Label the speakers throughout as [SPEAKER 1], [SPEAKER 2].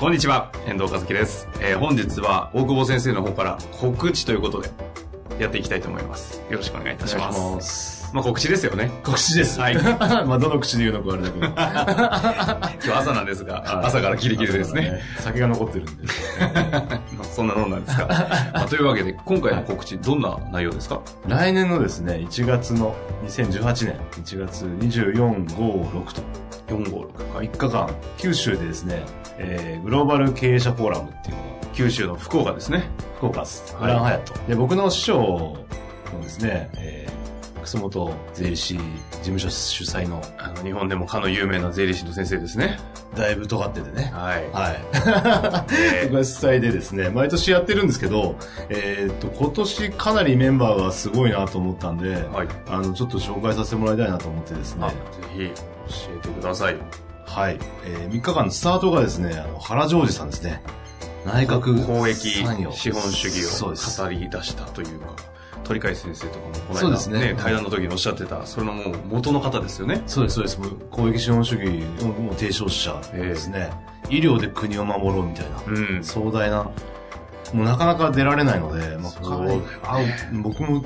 [SPEAKER 1] こんにちは、遠藤和樹です。えー本日は大久保先生の方から告知ということでやっていきたいと思います。よろしくお願いいたします。
[SPEAKER 2] お願いしま
[SPEAKER 1] まあ告知ですよね。
[SPEAKER 2] 告知です。
[SPEAKER 1] はい
[SPEAKER 2] まあ、どの口で言うのかあれだけど。
[SPEAKER 1] 今日朝なんですが、朝からキリキリですね。。
[SPEAKER 2] 酒が残ってるんで。
[SPEAKER 1] そんなもんなんです か。まあというわけで、今回の告知、どんな内容ですか
[SPEAKER 2] 来年のですね、1月の、2018年、1月24、5、6と、
[SPEAKER 1] ?456
[SPEAKER 2] 3日間、九州でですね、えー、グローバル経営者フォーラムっていうのが、
[SPEAKER 1] 九州の福岡ですね。
[SPEAKER 2] 福岡です。
[SPEAKER 1] はい
[SPEAKER 2] グランハヤット。で、僕の師匠のですね、えー、楠本税理士事務所主催の、
[SPEAKER 1] あの日本でもかの有名な税理士の先生ですね。
[SPEAKER 2] だいぶ尖っててね、
[SPEAKER 1] はい。
[SPEAKER 2] はい。
[SPEAKER 1] え
[SPEAKER 2] 僕が主催でですね、毎年やってるんですけど、えーっと、今年かなりメンバーがすごいなと思ったんで
[SPEAKER 1] ー、はい。
[SPEAKER 2] あの、ちょっと紹介させてもらいたいなと思ってです
[SPEAKER 1] あ
[SPEAKER 2] ね
[SPEAKER 1] ぜ、ひ、教えてください。
[SPEAKER 2] はい。えー、3日間のスタートがですね、あの原ジョージさんですね。内閣
[SPEAKER 1] 公益
[SPEAKER 2] 参与
[SPEAKER 1] 資本主義
[SPEAKER 2] そう
[SPEAKER 1] を
[SPEAKER 2] です。
[SPEAKER 1] 語り出したというか鳥海先生とかもこの
[SPEAKER 2] そう
[SPEAKER 1] 間
[SPEAKER 2] ですね
[SPEAKER 1] 対談の時におっしゃってたそれのもう元の方ですよね
[SPEAKER 2] そうです、そうです。もう公益資本主義のもう提唱者ですね、医療で国を守ろうみたいな、
[SPEAKER 1] うん
[SPEAKER 2] 壮大な、もうなかなか出られないので、まあ、
[SPEAKER 1] そう
[SPEAKER 2] かあ僕もほ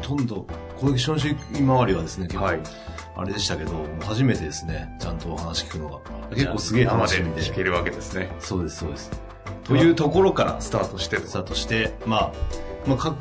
[SPEAKER 2] とんど公益資本主義周りはですね、結構、
[SPEAKER 1] はい
[SPEAKER 2] あれでしたけど、もう初めてですね、ちゃんとお話聞くのが。結構すげえ楽しみ
[SPEAKER 1] 生で聞け
[SPEAKER 2] で。
[SPEAKER 1] るわけですね
[SPEAKER 2] そうです、そうです。
[SPEAKER 1] というところからスタートしてる
[SPEAKER 2] さあとして、まあ、まあ、か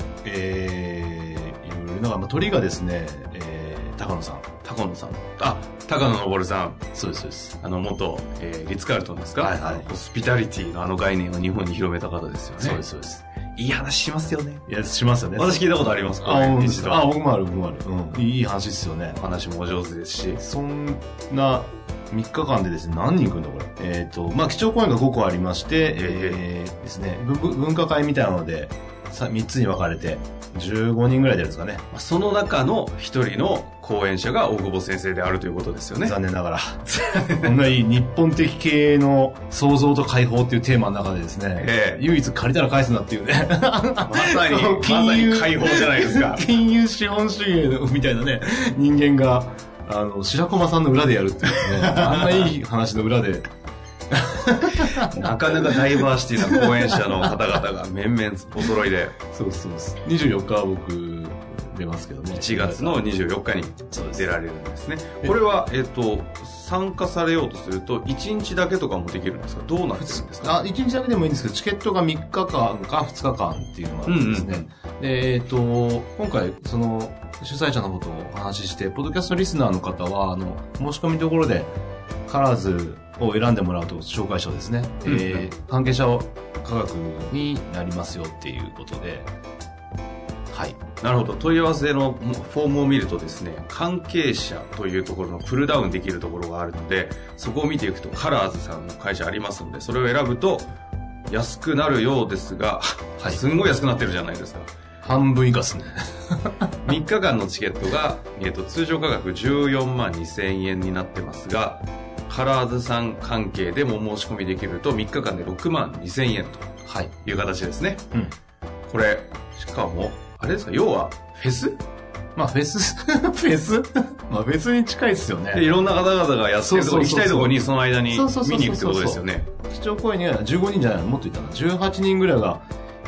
[SPEAKER 2] えー、いろいろな、まあ、鳥がですね、えー、高野さん。
[SPEAKER 1] 高野さんあ高野昇さん
[SPEAKER 2] そうです、そうです。
[SPEAKER 1] あの元、えーリッツ・カールトンですか、
[SPEAKER 2] はいはい
[SPEAKER 1] ホスピタリティのあの概念を日本に広めた方ですよね
[SPEAKER 2] そうです、そうです。
[SPEAKER 1] いい話しますよね
[SPEAKER 2] いや、しますよね。
[SPEAKER 1] 私聞いたことありますか
[SPEAKER 2] あ、本当です
[SPEAKER 1] 一度
[SPEAKER 2] かあ、僕もある、僕もある。うん。いいいい話ですよね
[SPEAKER 1] お。話もお上手ですし
[SPEAKER 2] そんな3日間でですね、何人行くんだこれ。えっ、と、まあ、基調講演が5個ありまして、えーですね、ぶぶ分科会みたいなので、さ3つに分かれて、15人ぐらい出るんですかね。
[SPEAKER 1] まあその中の一人の講演者が大久保先生であるということですよね
[SPEAKER 2] 残念ながら。こんないい日本的経営の創造と解放っていうテーマの中でですね、
[SPEAKER 1] ええ
[SPEAKER 2] 唯一借りたら返すなっていうね。
[SPEAKER 1] まさに、ま
[SPEAKER 2] 金
[SPEAKER 1] さ
[SPEAKER 2] 融。
[SPEAKER 1] に解放じゃないですか
[SPEAKER 2] 金融資本主義のみたいなね、人間が、あの、白駒さんの裏でやるっ ていうね、あんないい話の裏で、
[SPEAKER 1] なかなかダイバーシティな講演者の方々が面々お揃いで、
[SPEAKER 2] そうそうです。24日は僕、出ますけどね。
[SPEAKER 1] 1月の24日に
[SPEAKER 2] そうです
[SPEAKER 1] 出られるんですね。これは、えっと、参加されようとすると、1日だけとかもできるんですかどうなってるんですか
[SPEAKER 2] あ、1日だけでもいいんですけど、チケットが3日間か2日間っていうのがあるんですね。で、えっ、と、今回、その、主催者のことをお話しして、ポッドキャストリスナーの方は、あの、申し込みところで、カラーズを選んでもらうと紹介書ですね。
[SPEAKER 1] うんうん
[SPEAKER 2] えー関係者価格になりますよっていうことで、はい。
[SPEAKER 1] なるほど。問い合わせのフォームを見るとですね、関係者というところのプルダウンできるところがあるので、そこを見ていくと、カラーズさんの会社ありますので、それを選ぶと、安くなるようですが、
[SPEAKER 2] はい
[SPEAKER 1] すんごい安くなってるじゃないですか。
[SPEAKER 2] 半分以下ですね。
[SPEAKER 1] 3日間のチケットが、えー、と通常価格14万2000円になってますがカラーズさん関係でも申し込みできると3日間で6万2000円
[SPEAKER 2] はい。
[SPEAKER 1] という形ですね
[SPEAKER 2] うん。
[SPEAKER 1] これしかもあれですか要はフェス
[SPEAKER 2] まあ、フェス、 フェスまあ、フェスに近いですよね。
[SPEAKER 1] でいろんな方々がやってるところ行きたいところにその間に
[SPEAKER 2] そうそうそうそ
[SPEAKER 1] 見
[SPEAKER 2] う
[SPEAKER 1] に行くってことですよね
[SPEAKER 2] 基調講演には15人じゃないのもっといたな18人ぐらいが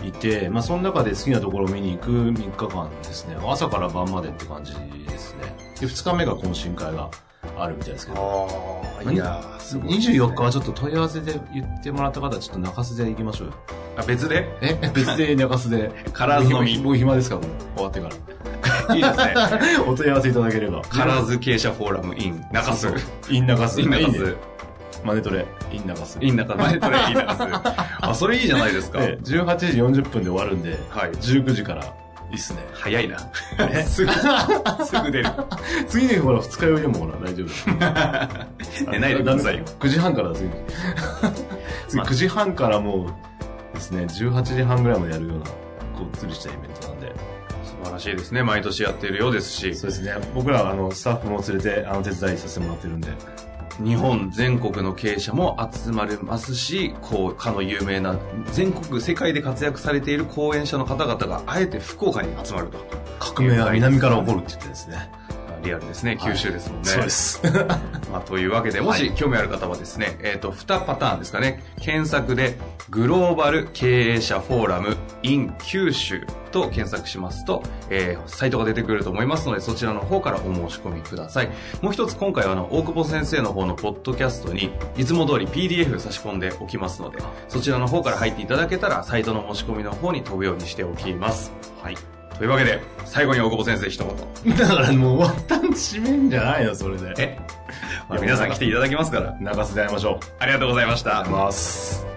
[SPEAKER 2] いて、まあ、その中で好きなところを見に行く3日間ですね朝から晩までって感じですねで2日目が懇親会があるみたいですけど
[SPEAKER 1] あ
[SPEAKER 2] ーいや24日はちょっと問い合わせで言ってもらった方はちょっと中洲で行きましょうよ
[SPEAKER 1] あ別で
[SPEAKER 2] え 別で中洲で
[SPEAKER 1] カラーズ飲み
[SPEAKER 2] 僕僕暇ですからこれ終わってから
[SPEAKER 1] いいですね
[SPEAKER 2] お問い合わせいただければ
[SPEAKER 1] カラーズ経営者フォーラム in 中洲
[SPEAKER 2] イン中洲
[SPEAKER 1] in 中
[SPEAKER 2] いいね
[SPEAKER 1] 洲
[SPEAKER 2] マネトレイン中洲
[SPEAKER 1] in 中洲これ in 中洲あそれいいじゃないですか
[SPEAKER 2] で18時40分で終わるんで
[SPEAKER 1] はい
[SPEAKER 2] 19時からいいっ すね
[SPEAKER 1] 早いな。すぐ、すぐ出る。
[SPEAKER 2] 次の日ほら二日酔いでもほら大丈夫
[SPEAKER 1] 寝ないでくださいよ。
[SPEAKER 2] 9時半からだ次次
[SPEAKER 1] まあ
[SPEAKER 2] 9時半からもうですね18時半ぐらいまでやるようなこうつりしたイベントなんで
[SPEAKER 1] 素晴らしいですね。毎年やっているようですし、
[SPEAKER 2] そうですね僕らはあのスタッフも連れてあの手伝いさせてもらってるんで
[SPEAKER 1] 日本全国の経営者も集まれますし、こう、かの有名な、全国、世界で活躍されている講演者の方々が、あえて福岡に集まると。
[SPEAKER 2] 革命は南から起こるって言ってですね
[SPEAKER 1] リアルですね。九州ですもんね。
[SPEAKER 2] そうで。す。
[SPEAKER 1] まあ、というわけで、もし興味ある方はですね、えっ、と、2パターンですかね。検索で、グローバル経営者フォーラム in 九州と検索しますと、えーサイトが出てくると思いますので、そちらの方からお申し込みください。もう一つ、今回はあの、大久保先生の方のポッドキャストに、いつも通り PDF 差し込んでおきますので、そちらの方から入っていただけたら、サイトの申し込みの方に飛ぶようにしておきます。
[SPEAKER 2] はい。
[SPEAKER 1] というわけで、最後に大久保先生一言。
[SPEAKER 2] だからもう終わったん締めんじゃないの、それで。
[SPEAKER 1] え、まあ皆さん来ていただきますから、
[SPEAKER 2] 流すで会いましょう。
[SPEAKER 1] ありがとうございまし
[SPEAKER 2] あ
[SPEAKER 1] た
[SPEAKER 2] りがとうござい。ます。